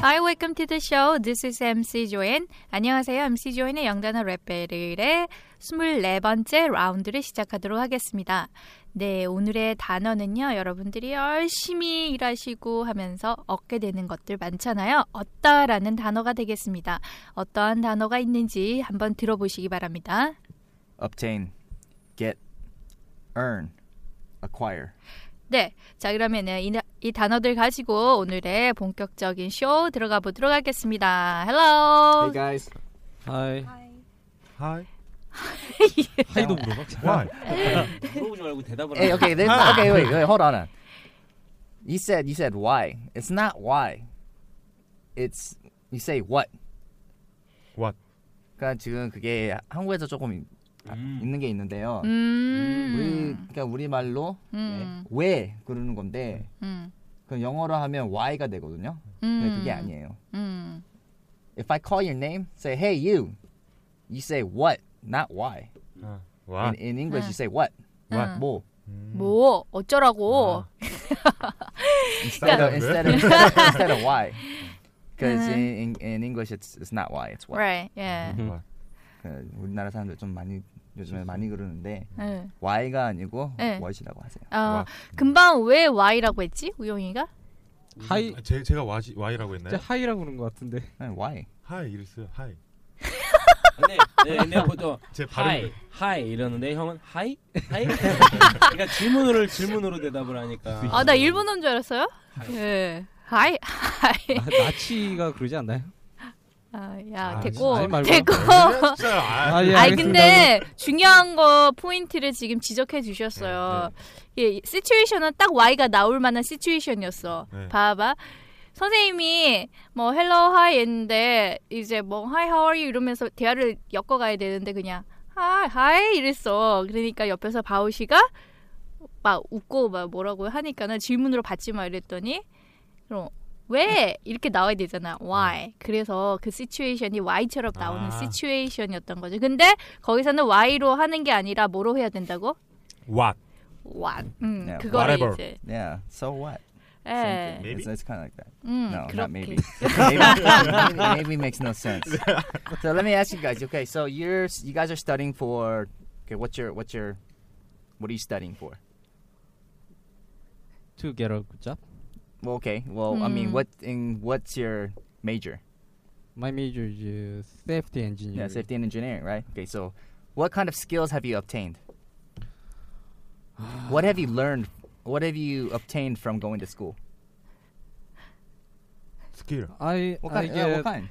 Hi, welcome to the show. This is MC 조엔. 안녕하세요. MC 조엔의 영단어 랩벨의 24번째 라운드를 시작하도록 하겠습니다. 네, 오늘의 단어는요. 여러분들이 열심히 일하시고 하면서 얻게 되는 것들 많잖아요. 얻다라는 단어가 되겠습니다. 어떠한 단어가 있는지 한번 들어보시기 바랍니다. obtain, get, earn, acquire. 네, 자 그러면은 이, 이 단어들 가지고 오늘의 본격적인 쇼 들어가 보도록 하겠습니다. Hello. Hey guys. 하이. 하이. 하이도 물어봐. 하이. 물어보지 말고 대답을 Hey, 하라. okay, then, okay, wait, wait, hold on. You said you said why. It's not why. It's you say what. What? 그러니까 지금 그게 한국에서 조금 음. 있는 게 있는데요. 우리 음. 그러니까 우리 말로 음. 왜 그러는 건데 음. 그럼 영어로 하면 why가 되거든요. 근데 네, 음. 그게 아니에요. 음. If I call your name, say hey you. You say what, not why. 와. In, in 아. English, you say what. 아. 뭐. 음. 뭐 어쩌라고? 아, instead 인스타그램 of instead of, instead of why. Because Uh-huh. in, in in English it's it's not why it's what. Right. 음. 예. 그 우리나라 사람들 좀 많이 요즘에 많이 그러는데 응. why가 아니고 네. what이라고 하세요. 아, 와. 금방 왜 Y라고 했지? 우영이가? 하이. 아, 제, 제가 와시, 와이라고 했나요? 진짜 하이라고 그러는 것 같은데. 네, why. 하이 이랬어요. 하이. 근데 네, 근데 보통 제 발음. 하이 하이 이러는데 형은 하이 하이. 그러니까 질문을 질문으로 대답을 하니까. 아, 나 일본어인 줄 알았어요? 하이. 예. 하이. 하이. 아, 나치가 그러지 않나요? 아, 야, 아, 됐고. 하지 말고. 됐고. 진짜 아, 아, 예, 아니 알겠습니다. 근데 중요한 거 포인트를 지금 지적해 주셨어요. 예, 시츄에이션은 딱 Y가 나올 만한 시츄에이션이었어. 네. 봐봐. 선생님이 뭐 헬로 하이 했는데 이제 뭐 하이 하워 유 이러면서 대화를 엮어 가야 되는데 그냥 아, 하이 하이 이랬어. 그러니까 옆에서 바우 씨가 막 웃고 막 뭐라고 하니까는 질문으로 받지 마 이랬더니 그럼 왜 이렇게 나와야 되잖아. Why. 그래서 그 시츄에이션이 Y처럼 나오는 아. 시츄에이션이었던 거죠. 근데 거기서는 Y로 하는 게 아니라 뭐로 해야 된다고? what? What. 음, Yeah, 그거를 whatever. 이제. Yeah. So what? 예. Maybe? It's, it's kind of like that. 음, No, 그렇게. not maybe. maybe. Maybe makes no sense. So let me ask you guys. Okay, so you're you guys are studying for. Okay, what's your what's your what are you studying for? To get a good job. Well, okay. Well, I mean, Mm. what in what's your major? My major is uh, safety engineer. Yeah, safety and engineering, right? Okay, so what kind of skills have you obtained? what have you learned? What have you obtained from going to school? 스킬. I What I uh, kind? yeah, get what kind?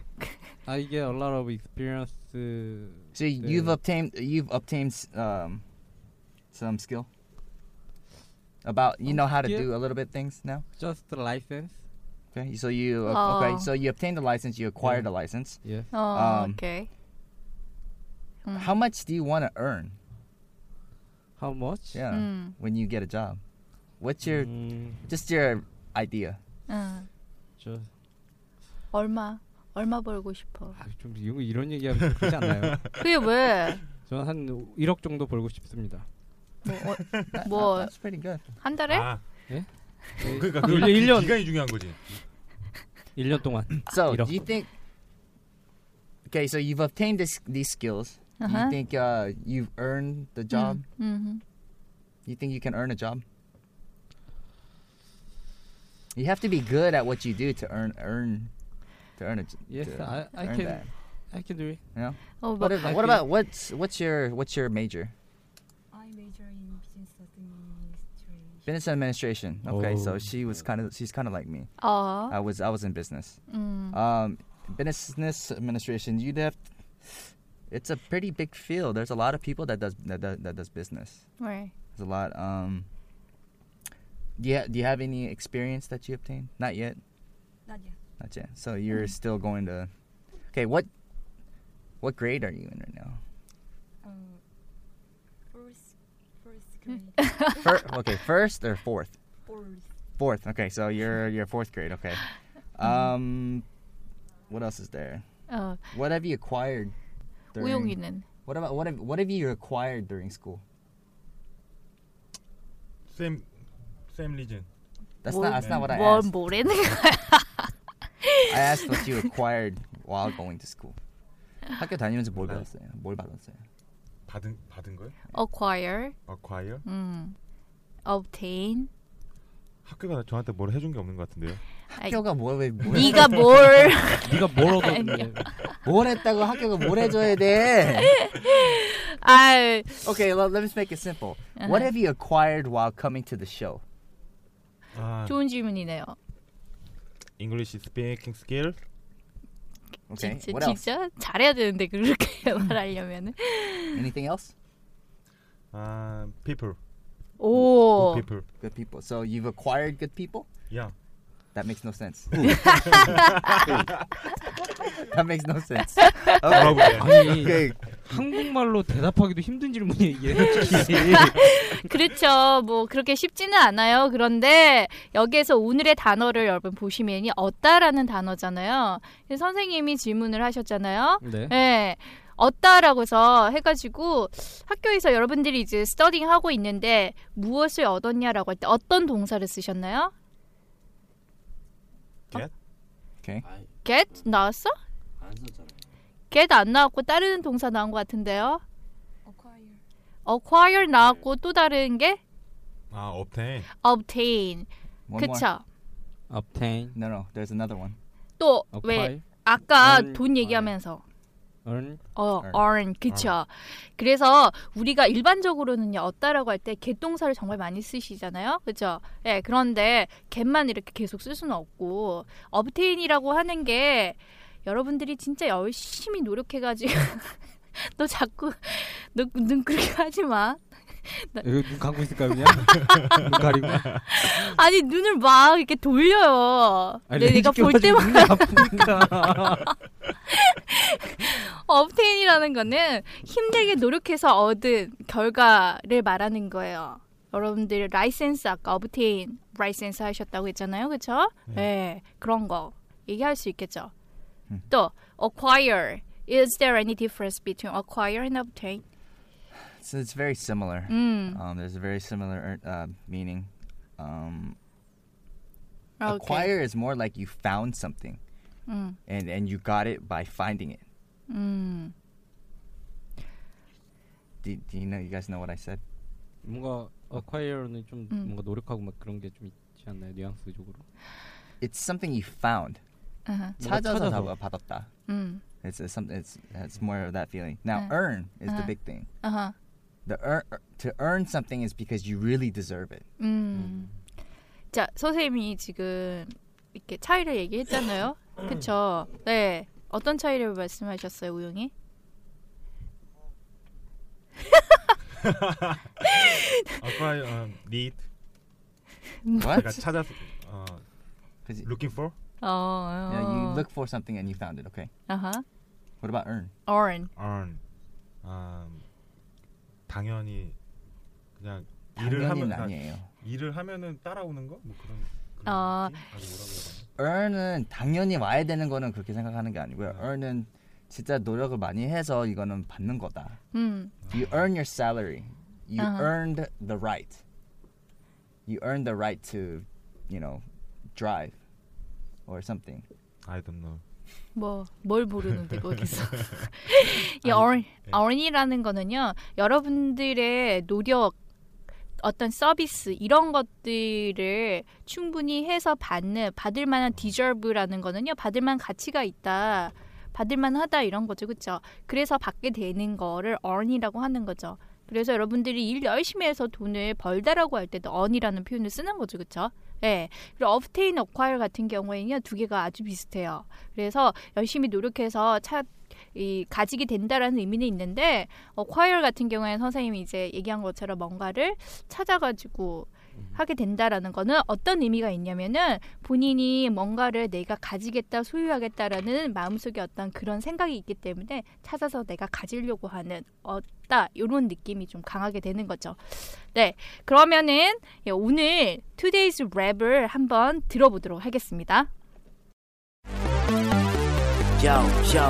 I get a lot of experience. uh, So you've Uh, obtained you've obtained s- um, some skill about you know how to Um, yeah. do a little bit things now. Just a license. Okay, so you Oh. okay? So you obtained a license. You acquired a Mm-hmm. license. Yeah. 어, 음. 오케이. 음. How much do you want to earn? How much? Yeah, 음, when you get a job, what's your 음, just your idea? 음. 저, 얼마? 얼마 벌고 싶어? 아, 좀 이거 이런 얘기하면 좀 그렇지 않나요? 그게 왜? 저는 한 1억 정도 벌고 싶습니다. 뭐, 어, That- Well, that's pretty good. 한 달에? 아, 네, 그러니까 일- 그 일 년. 기간이 중요한 거지. 1년 동안. So, 이런 do you think? Okay, so you've obtained this, these skills. Do 아하. you think uh, you've earned the job? 음, 음. You think you can earn a job? You have to be good at what you do to earn earn to earn a j- Yes, to I, I earn can that. I can do it. You know? 어, 뭐, What, if, what about what's what's your what's your major? I major in business administration. Business administration. Okay, so Oh. she was kind of she's kind of like me. 어, I was I was in business. 음, Um, business administration. You'd have it's a pretty big field. There's a lot of people that does that does, that does business. right. There's a lot. Um, do you, ha- do you have any experience that you obtained? Not yet. Not yet. Not yet. So you're still going to. Okay, what what grade are you in right now? Uh, first, first grade. Fir- okay, first or fourth? Fourth. Fourth. Okay, so you're you're fourth grade. Okay. Um, what else is there? 어, What have you acquired? 우용이는 What about what have what have you acquired during school? Same same region. That's 뭘- not that's not what I 뭘 asked. 모르는 거야. I asked what you acquired while going to school. 학교 다니면서 뭘 받았어요? 뭘 받았어요? 받은 받은 거요? acquire, acquire? 음, obtain. 학교가 저한테 뭘 해준 게 없는 것 같은데요. 아이, 학교가 뭘왜 뭘, 네가 뭘 네가 뭘 얻었는데? 뭘 했다고 학교가 뭘 해줘야 돼? 아, Okay, well, let me make it simple. Uh-huh. What have you acquired while coming to the show? 아, 좋은 질문이네요. English speaking skill. Okay. 진짜, What else? 진짜 잘해야 되는데 그렇게 말하려면은 Anything else? 아, people. 오, Good people. Good people. So you've acquired good people. Yeah. That makes no sense. that makes no sense. 브라보. 아니 Okay. 한국말로 대답하기도 힘든 질문이 이게 네. 솔직히. 그렇죠. 뭐 그렇게 쉽지는 않아요. 그런데 여기에서 오늘의 단어를 여러분 보시면 이 얻다라는 단어잖아요. 그래서 선생님이 질문을 하셨잖아요. 네. 네. 얻다라고 해서 해가지고 학교에서 여러분들이 이제 스터딩 하고 있는데 무엇을 얻었냐라고 할 때 어떤 동사를 쓰셨나요? Okay. get 나왔어? 안 썼잖아요. get 안 나왔고 다른 동사 나온 것 같은데요. Acquire. acquire 나왔고 또 다른 게 아, obtain. obtain. One more. 그쵸? obtain, No, no. There's another one. 또 왜 acquire, 아까 earn, 돈 얘기하면서 earn. 어, earn. earn 그쵸? 그래서 우리가 일반적으로는요 얻다라고 할 때 get 동사를 정말 많이 쓰시잖아요, 그쵸? 예, 그런데 get만 이렇게 계속 쓸 수는 없고 obtain이라고 하는 게 여러분들이 진짜 열심히 노력해가지고 너 자꾸 너, 눈 그렇게 하지 마. 네. 여기 눈 감고 있을까요 그냥? 눈 가리고. 아니 눈을 막 이렇게 돌려요. 아니, 내- 내가 렌즈 볼 껴가지고 때마다 눈이 아프니까. obtain이라는 거는 힘들게 노력해서 얻은 결과를 말하는 거예요. 여러분들 라이센스 아까 obtain 라이센스 하셨다고 했잖아요, 그렇죠? 네. 그런 거 얘기할 수 있겠죠. 음. 또 acquire is there any difference between acquire and obtain? So it's very similar. 음, Um, there's a very similar uh, meaning. Um, okay. 아, Acquire is more like you found something, 음, and and you got it by finding it. 음, Do, do you know? You guys know what I said? 뭔가 acquire는 좀 음. 뭔가 노력하고 막 그런 게 좀 있지 않나요 뉘앙스적으로? It's something you found. 아하, 뭔가 찾아서 찾아서. 다- 받았다. 음, It's, it's something. It's it's more of that feeling. Now, Uh, earn is uh. the big thing. 아하, The earn to earn something is because you really deserve it. 음. 자 선생님이 지금 이렇게 차이를 얘기했잖아요, 그렇죠? 네, 어떤 차이를 말씀하셨어요, 우영이? acquire um, need. 그러니까 What? 찾아 어, 'Cause you- looking for 어, 어. yeah, you look for something and you found it. Okay. 아하. What about earn? earn. earn. 음, 당연히 그냥 일을 하면 당연히는 아니에요. 일을 하면은 따라오는 거? 뭐 그런 그런 아. 느낌? 아니 뭐라고 해야 되나? earn은 당연히 와야 되는 거는 그렇게 생각하는 게 아니고요. earn은 진짜 노력을 많이 해서 이거는 받는 거다. 음. You earn your salary. You Uh-huh. earned the right. You earned the right to, you know, drive or something. I don't know. 뭐 뭘 모르는데 거기서 이 earn, earn이라는 거는요 여러분들의 노력 어떤 서비스 이런 것들을 충분히 해서 받는 받을 만한 디저브라는 거는요. 받을 만한 가치가 있다. 받을 만하다 이런 거죠. 그렇죠? 그래서 받게 되는 거를 earn이라고 하는 거죠. 그래서 여러분들이 일 열심히 해서 돈을 벌다라고 할 때도 earn이라는 표현을 쓰는 거죠. 그렇죠? 예. 그리고 obtain, acquire 같은 경우에는요. 두 개가 아주 비슷해요. 그래서 열심히 노력해서 차, 이 가지게 된다라는 의미는 있는데 acquire 같은 경우에는 선생님이 이제 얘기한 것처럼 뭔가를 찾아가지고 하게 된다라는 거는 어떤 의미가 있냐면은 본인이 뭔가를 내가 가지겠다 소유하겠다라는 마음속에 어떤 그런 생각이 있기 때문에 찾아서 내가 가지려고 하는 얻다 이런 느낌이 좀 강하게 되는 거죠. 네 그러면은 예, 오늘 Today's Rap을 한번 들어보도록 하겠습니다. Yo, yo.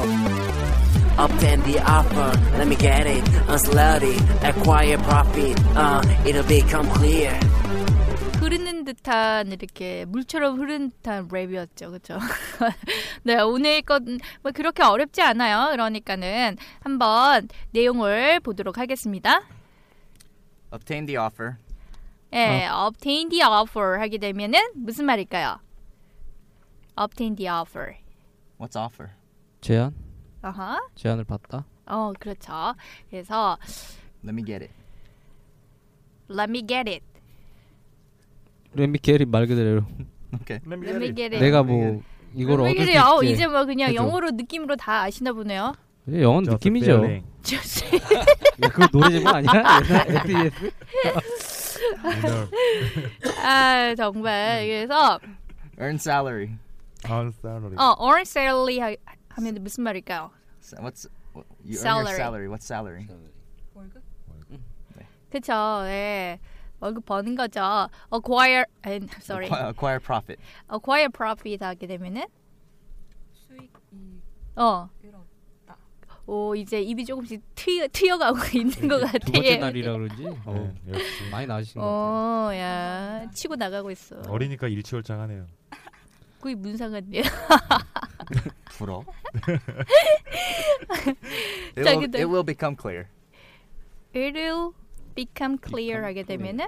Obtain the offer, let me get it. Unslot it, acquire profit, uh, it'll become clear. 흐르는 듯한 이렇게 물처럼 흐르는 듯한 랩이었죠, 그렇죠? 네, 오늘 건 뭐 그렇게 어렵지 않아요. 그러니까는 한번 내용을 보도록 하겠습니다. Obtain the offer. 예, 아. obtain the offer 하게 되면은 무슨 말일까요? obtain the offer. What's offer? 제안 어허. 제안을 받다. 어, 그렇죠. 그래서 Let me get it. let me get it. 렘비 게리 말 그대로 Okay. let me get it. 내가 뭐 이걸 네. 왜 얻을 수 그래요? 어, 있게 이제 뭐 그냥 해줘. 영어로 느낌으로 다 아시나 보네요. 이제 영어 Just 느낌이죠. feeling. 야, 그거 노래 제목 아니야? 옛날 FES? Inner 아, 음. 정말. 그래서 Earn salary. 아, unsalary. 어, earn salary 하, 하면 무슨 말일까요? Sa- What's what- you earn Salary. your salary? What's salary? 월급? 그쵸, 예. 월급 버는 거죠. acquire, 아, sorry. Acquire, acquire profit. acquire profit 하게 되면은, 수익이 어, 이런 오, 이제 입이 조금씩 트여, 트여가고 있는 것 같아요. 두 번째 날이라 그런지 어, 네, 역시 많이 나으신 것 같아요. 어, 야, 치고 나가고 있어. 어리니까 일치월장하네요. 그게 무슨 상관이에요? 부러. it, 자, will, 근데- it will become clear. It'll become clear 하게 되면은,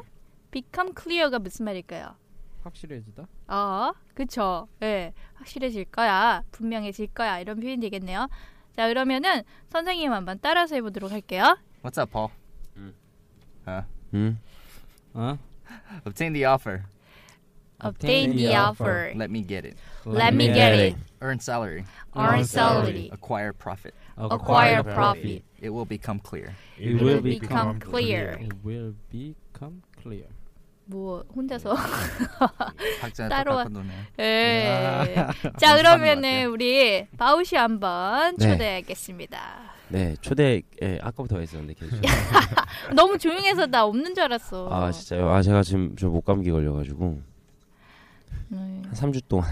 become clear가 무슨 말일까요? 확실해지다. 어, 그쵸. 예, 확실해질 거야. 분명해질 거야. 이런 표현이 되겠네요. 자, 그러면은 선생님 한번 따라서 해보도록 할게요. What's up, Paul? 어? Obtain the offer. Obtain the offer. Let me get it. Let 네. me get it. Earn salary. Earn salary. Acquire profit. Acquire profit. It will become clear. It will become clear. It will become clear. 뭐 혼자서. 박자 따로 똑같은 노네. 예. 아. 자, 것 그러면은 같아요. 우리 바우시 한번 네. 초대하겠습니다. 네 초대 예, 아까부터 했었는데 계속 너무 조용해서 나 없는 줄 알았어. 아 진짜요? 아 제가 지금 저 목감기 걸려가지고 네. 한 3주 동안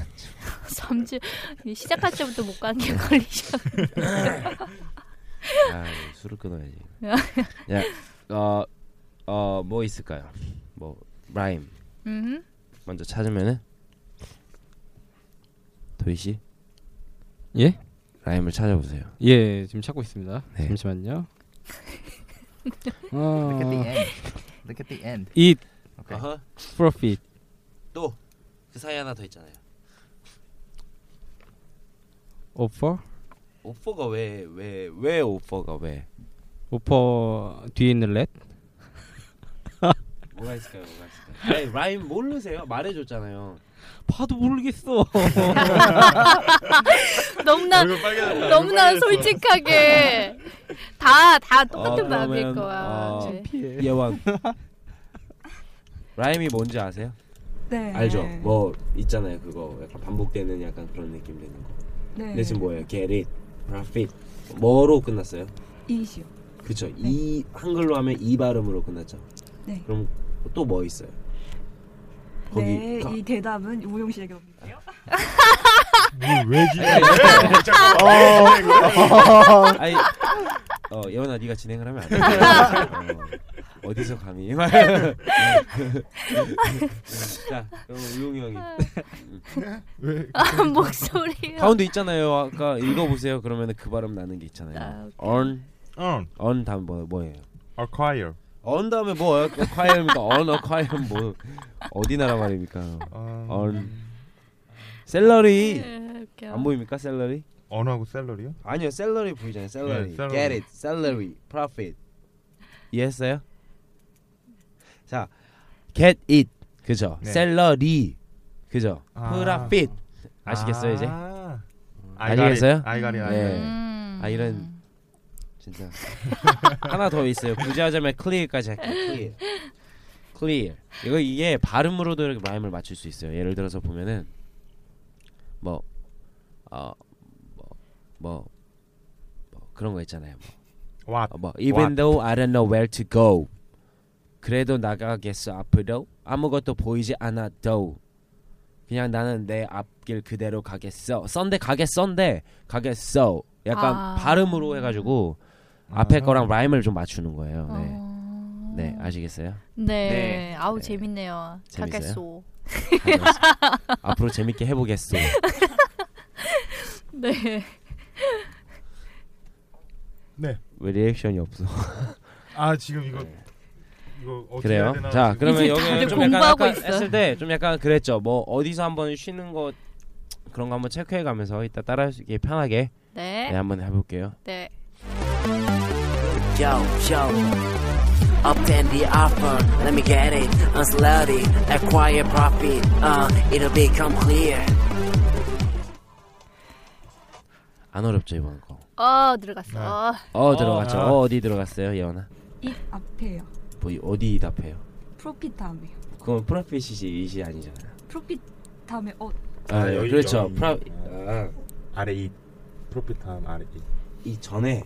삼주 시작할 때부터 못 가는 게 걸리셔. 아, 술을 끊어야지. 야, 어, 어, 뭐 있을까요? 뭐 라임 음. 먼저 찾으면은 도희 씨 예? 라임을 찾아보세요. 예, 지금 찾고 있습니다. 네. 잠시만요. Look at the 어, end. Look at the end. eat Okay. profit. 그 사이 하나 더 있잖아요. offer. 오퍼가 왜 왜 왜 오퍼가 왜 offer 뒤에 있는 렛. 뭐가 있을까요? 뭐가 있을까요? 아니, 라임 모르세요? 말해줬잖아요. 봐도 모르겠어. 너무나 아, 너무나 솔직하게 다 다 똑같은 어, 마음일 그러면, 거야. 어, 네. 예왕. 라임이 뭔지 아세요? 네. 알죠? 뭐 있잖아요 그거 약간 반복되는 약간 그런 느낌 되는 거. 네. 근데 지금 뭐예요? Get it, profit. 뭐로 끝났어요? 이시요. 그쵸. 네. 이 한글로 하면 이 발음으로 끝났죠. 네. 그럼 또 뭐 있어요? 네, 가- 이 대답은 우용 씨에게 넘길게요. 왜 기? 네. 어. 아니, 어 예원아 네가 진행을 하면 안 돼. 어, 어디서 감히? 자, 그럼 우용이 형이 왜? 아, 목소리가 가운데 있잖아요. 아까 읽어보세요. 그러면 그 발음 나는 게 있잖아요. 아, earn, earn, earn 다음 뭐 뭐예요? acquire, 언 다음에 뭐 어- 어콰이언입니까? 언 어콰이언 뭐 어디 나라 말입니까? Um, 언 셀러리 네. 웃겨. 안 보입니까 셀러리? 언하고 셀러리요? 아니요 셀러리 보이잖아요 네, 셀러리. 예, 셀러리. Get it 셀러리 profit 이해했어요? 자 get it 그죠? 네. 셀러리 그죠? 아. profit 아시겠어요 이제? 아. I got it. 아시겠어요? I got it, I got 예. it. 음. 아 이런 진짜 하나 더 있어요. 굳이 하자면 clear까지 할게요. clear. clear. 이거 이게 발음으로도 이렇게 마음을 맞출 수 있어요. 예를 들어서 보면은 뭐 어, 뭐, 뭐, 뭐 그런 거 있잖아요. 뭐, What? 어, 뭐 even though I don't know where to go. 그래도 나가겠어 앞으로 아무것도 보이지 않아도 그냥 나는 내 앞길 그대로 가겠어. 썬데 가겠썬데 가겠어. 약간 아. 발음으로 해가지고 아. 앞에 거랑 라임을 좀 맞추는 거예요. 어. 네, 네 아시겠어요? 네. 네. 아우 재밌네요. 재밌어요? 가겠소. 앞으로 재밌게 해보겠어. 네. 왜 리액션이 없어? 아 지금 이거 이거 어떻게 해야 그래요. 되나 자 지금. 그러면 다들 여기 좀 약간 공부하고 아까 있어. 했을 때 좀 약간 그랬죠. 뭐 어디서 한번 쉬는 거 그런 거 한번 체크해가면서 이따 따라하기 편하게 네. 네 한번 해볼게요. 네. Yo, yo. Obtain the offer, let me get it. Unslowly, acquire profit, uh, it'll become clear. 안 어렵죠 이번 거. 어 들어갔어. 어. 어 들어갔죠. 어 어디 들어갔어요 예원아? 이 앞에요. 뭐 이- 어디 답해요? 프로핏 다음에요. 그건 프로핏이지 이시 아니잖아요. 프로핏 다음에 어 아, 아, 여기 그렇죠. 여기. 프로 아, 아래 이 프로필함 아래 이 이 전에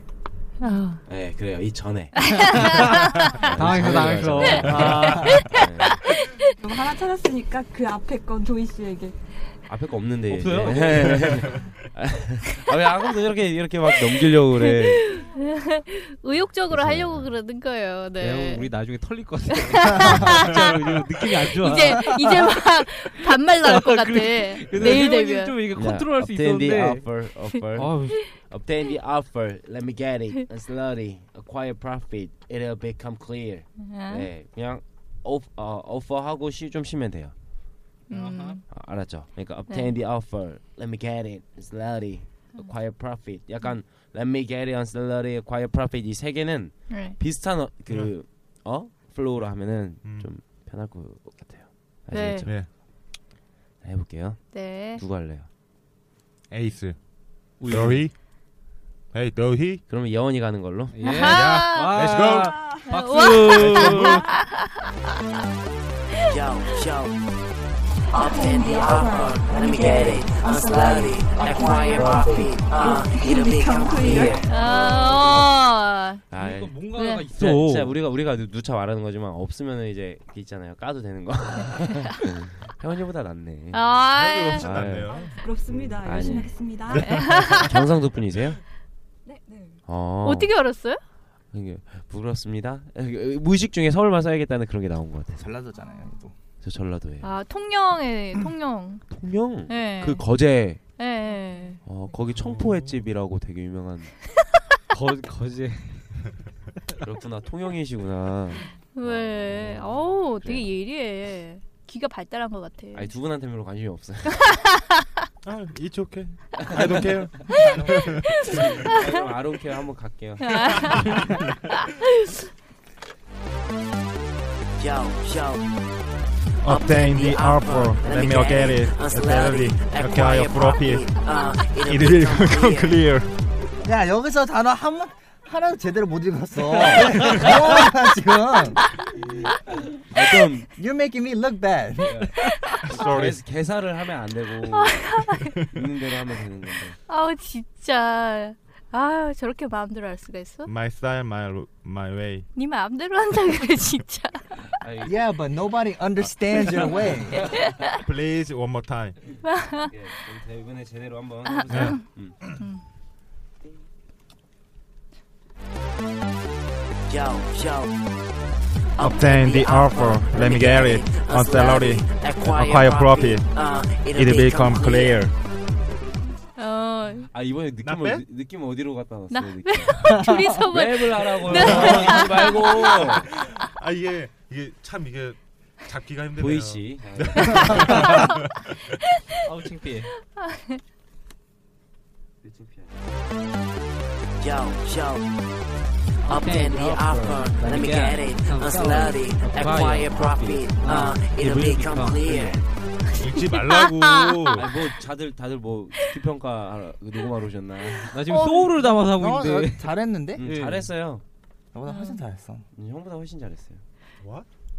예 그래요 이 전에 아. 네, 당황했어, 당황했어. 아. 네. 너무 하나 찾았으니까 그 앞에 건 조이 씨에게 앞에 거 없는데 네. 없어요? 아왜 아까부터 이렇게 이렇게 막 넘기려고 그래 의욕적으로 하려고 그러는 거예요. 네. 네. 우리 나중에 털릴 것 같아. 진짜로 이거 느낌이 안 좋아. 이제 이제 막 반말 나올 것 같아. 그래. 근데 내일 세훈이 되면. 좀 이게 그냥 컨트롤할 수 obtain the 있었는데. offer offer 아, obtain the offer let me get it and slowly acquire profit it'll become clear Uh-huh. 네 그냥 오프, 어, 오퍼하고 쉬, 좀 쉬면 돼요 음. 아, 알았죠? 그러니까 obtain the offer, let me get it, slowly, acquire profit. 약간 let me get it, slowly, acquire profit 이 세 개는 네. 비슷한 어, 그 어? 플로우로 하면은 좀 편할 것 같아요. 네. 아시겠죠? 네 자, 해볼게요. 네. 누구 할래요? 에이스 너희 에이 너희 그러면 예원이 가는 걸로. 예. 아하. 와. Let's go. 박수. Yo, yo. Obtain the offer, let me get it. Unslowly, acquire profit, uh, it'll become clear. 아, 어. 아, 예. 이거 뭔가가 네. 있어. 진짜, 진짜 우리가 우리가 누- 누차 말하는 거지만 없으면은 이제 그 있잖아요. 까도 되는 거. 혜원이보다 낫네. 아. 훨씬 낫네요 부럽습니다. 음, 아니. 네. 열심히 하겠습니다. 정상도 분이세요? 네, 네. 어. 어떻게 알았어요? 이게 부끄럽습니다. 이게 무의식 중에 서울만 써야겠다는 그런 게 나온 것 같아요. 잘라졌잖아요. 또. 저 전라도예요. 아, 통영의 통영. 통영 네. 음. 그 거제 예, 예. 어, 거기 청포회 집이라고 되게 유명한 거 거제. 그렇구나 통영이시구나. 네. 왜? 어우, 되게 아, 그래요. 예리해. 귀가 발달한 것 같아. 아니 두 분한테 별로 관심이 없어요. 아 it's okay I don't care 그럼 아론케어 한번 갈게요. Yo, yo. Obtain the offer let me get it slowly Unslowly, acquire profit uh, it'll it will become become clear. clear 야 여기서 단어 한 하나도 제대로 못 읽었어. 뭐야, 지금 어떤 you're making me look bad. 아, sorry 개사를 하면 안 되고 아, 네. 있는 대로 하면 되는 건데. 아우, 진짜. 아유, 저렇게 마음대로 할 수가 있어? my style my my way 네 마음대로 한다 그래, 진짜. 아니, Yeah, but nobody understands your way. please one more time 예, 그럼 이번에 제대로 한번 해보세요. 음. Yo, yo. Obtain the offer, let me get it. On salary, acquire profit, uh, it will become clear. 어, 아 이번에 느낌 나 빼? 어디, 느낌 어디로 갖다 놨어요? 나 느낌? 둘이서 만 랩을 하라고요. 하지 말고 아 이게 이게 참 이게 잡기가 힘드네요. 보이시. 아우 창피해. 네. Yo, yo. Up in the offer, let me get it. Unslutty, acquire profit. Uh, it'll become clear. 읽지 말라고. 아니, 뭐 자들 다들 뭐 기평가 녹음하러 오셨나? 나 지금 어. 소울을 담아서 하고 어, 있는데. 나 잘했는데? 응, 예. 잘했어요. 음, 나보다 훨씬 잘했어. 형보다 훨씬 잘했어요.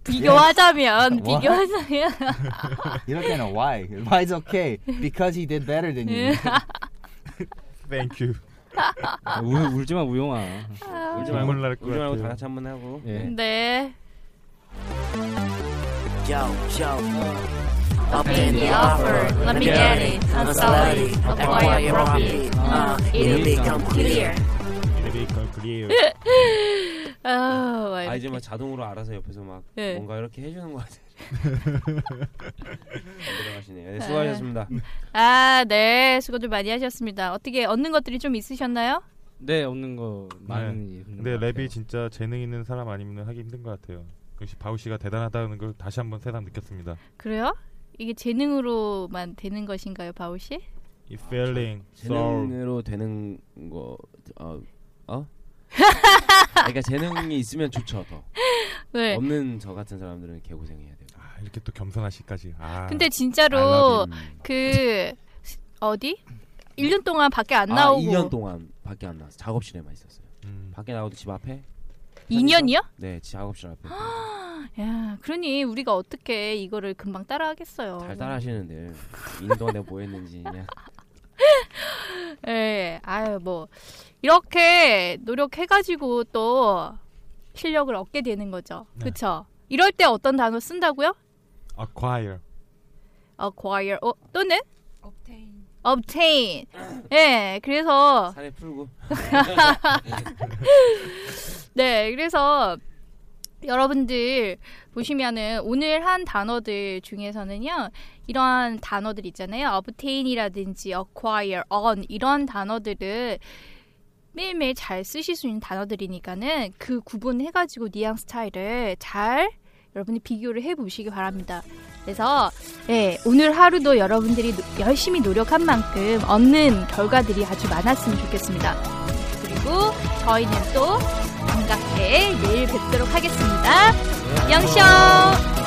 비교하자면 뭐? What? 비교하자면 이럴 때는 why? Why's okay? Because he did better than you. Thank you. 울, 울지 마 우영아. 울지 말고 눈물 날 울지 것 말고 같아요. 다 같이 한번 하고. 예. 네. Yo, yo. Up 네. in Uh, the offer, let me get it. 아, Unslutty, acquire profit. Uh, it'll become clear. 아, 와, 아 이제 뭐. 이렇게. 막 자동으로 알아서 옆에서 막 예. 뭔가 이렇게 해주는 것 같아. 들어가시네요. 네, 수고하셨습니다. 아, 네. 수고들 많이 하셨습니다. 어떻게 얻는 것들이 좀 있으셨나요? 네 없는 거 많이. 없는 근데 거 같아요. 네. 랩이 진짜 재능 있는 사람 아니면 하기 힘든 것 같아요. 역시 바우 씨가 대단하다는 걸 다시 한번 새삼 느꼈습니다. 그래요? 이게 재능으로만 되는 것인가요, 바울 씨? 이 feeling, soul. 재능으로 되는 거 어? 어? 그러니까 재능이 있으면 좋죠 더. 네. 없는 저 같은 사람들은 개고생해야 돼요. 아, 이렇게 또 겸손하시까지. 아. 근데 I 진짜로 love him. 그 어디? 1년 동안 밖에 안 아, 나오고 2년 동안 밖에 안 나와서 작업실에만 있었어요. 음. 밖에 나오도 집 앞에. 2년이요? 네, 지- 작업실 앞에. 야, 그러니 우리가 어떻게 이거를 금방 따라하겠어요. 잘 따라하시는데 이년 동안 내가 뭐 했는지 그냥. 예, 아유 뭐 이렇게 노력해가지고 또 실력을 얻게 되는 거죠. 네. 그쵸? 이럴 때 어떤 단어 쓴다고요? acquire. acquire 어, 또는 obtain. 예, 그래서 살에 풀고. 네, 그래서 여러분들 보시면은 오늘 한 단어들 중에서는요 이런 단어들 있잖아요 obtain이라든지 acquire, earn 이런 단어들을 매일매일 잘 쓰실 수 있는 단어들이니까는 그 구분해가지고 뉘앙스 차이를 잘 여러분이 비교를 해보시기 바랍니다. 그래서 예, 오늘 하루도 여러분들이 노- 열심히 노력한 만큼 얻는 결과들이 아주 많았으면 좋겠습니다. 그리고 저희는 또 반갑게 내일 뵙도록 하겠습니다. 영쇼!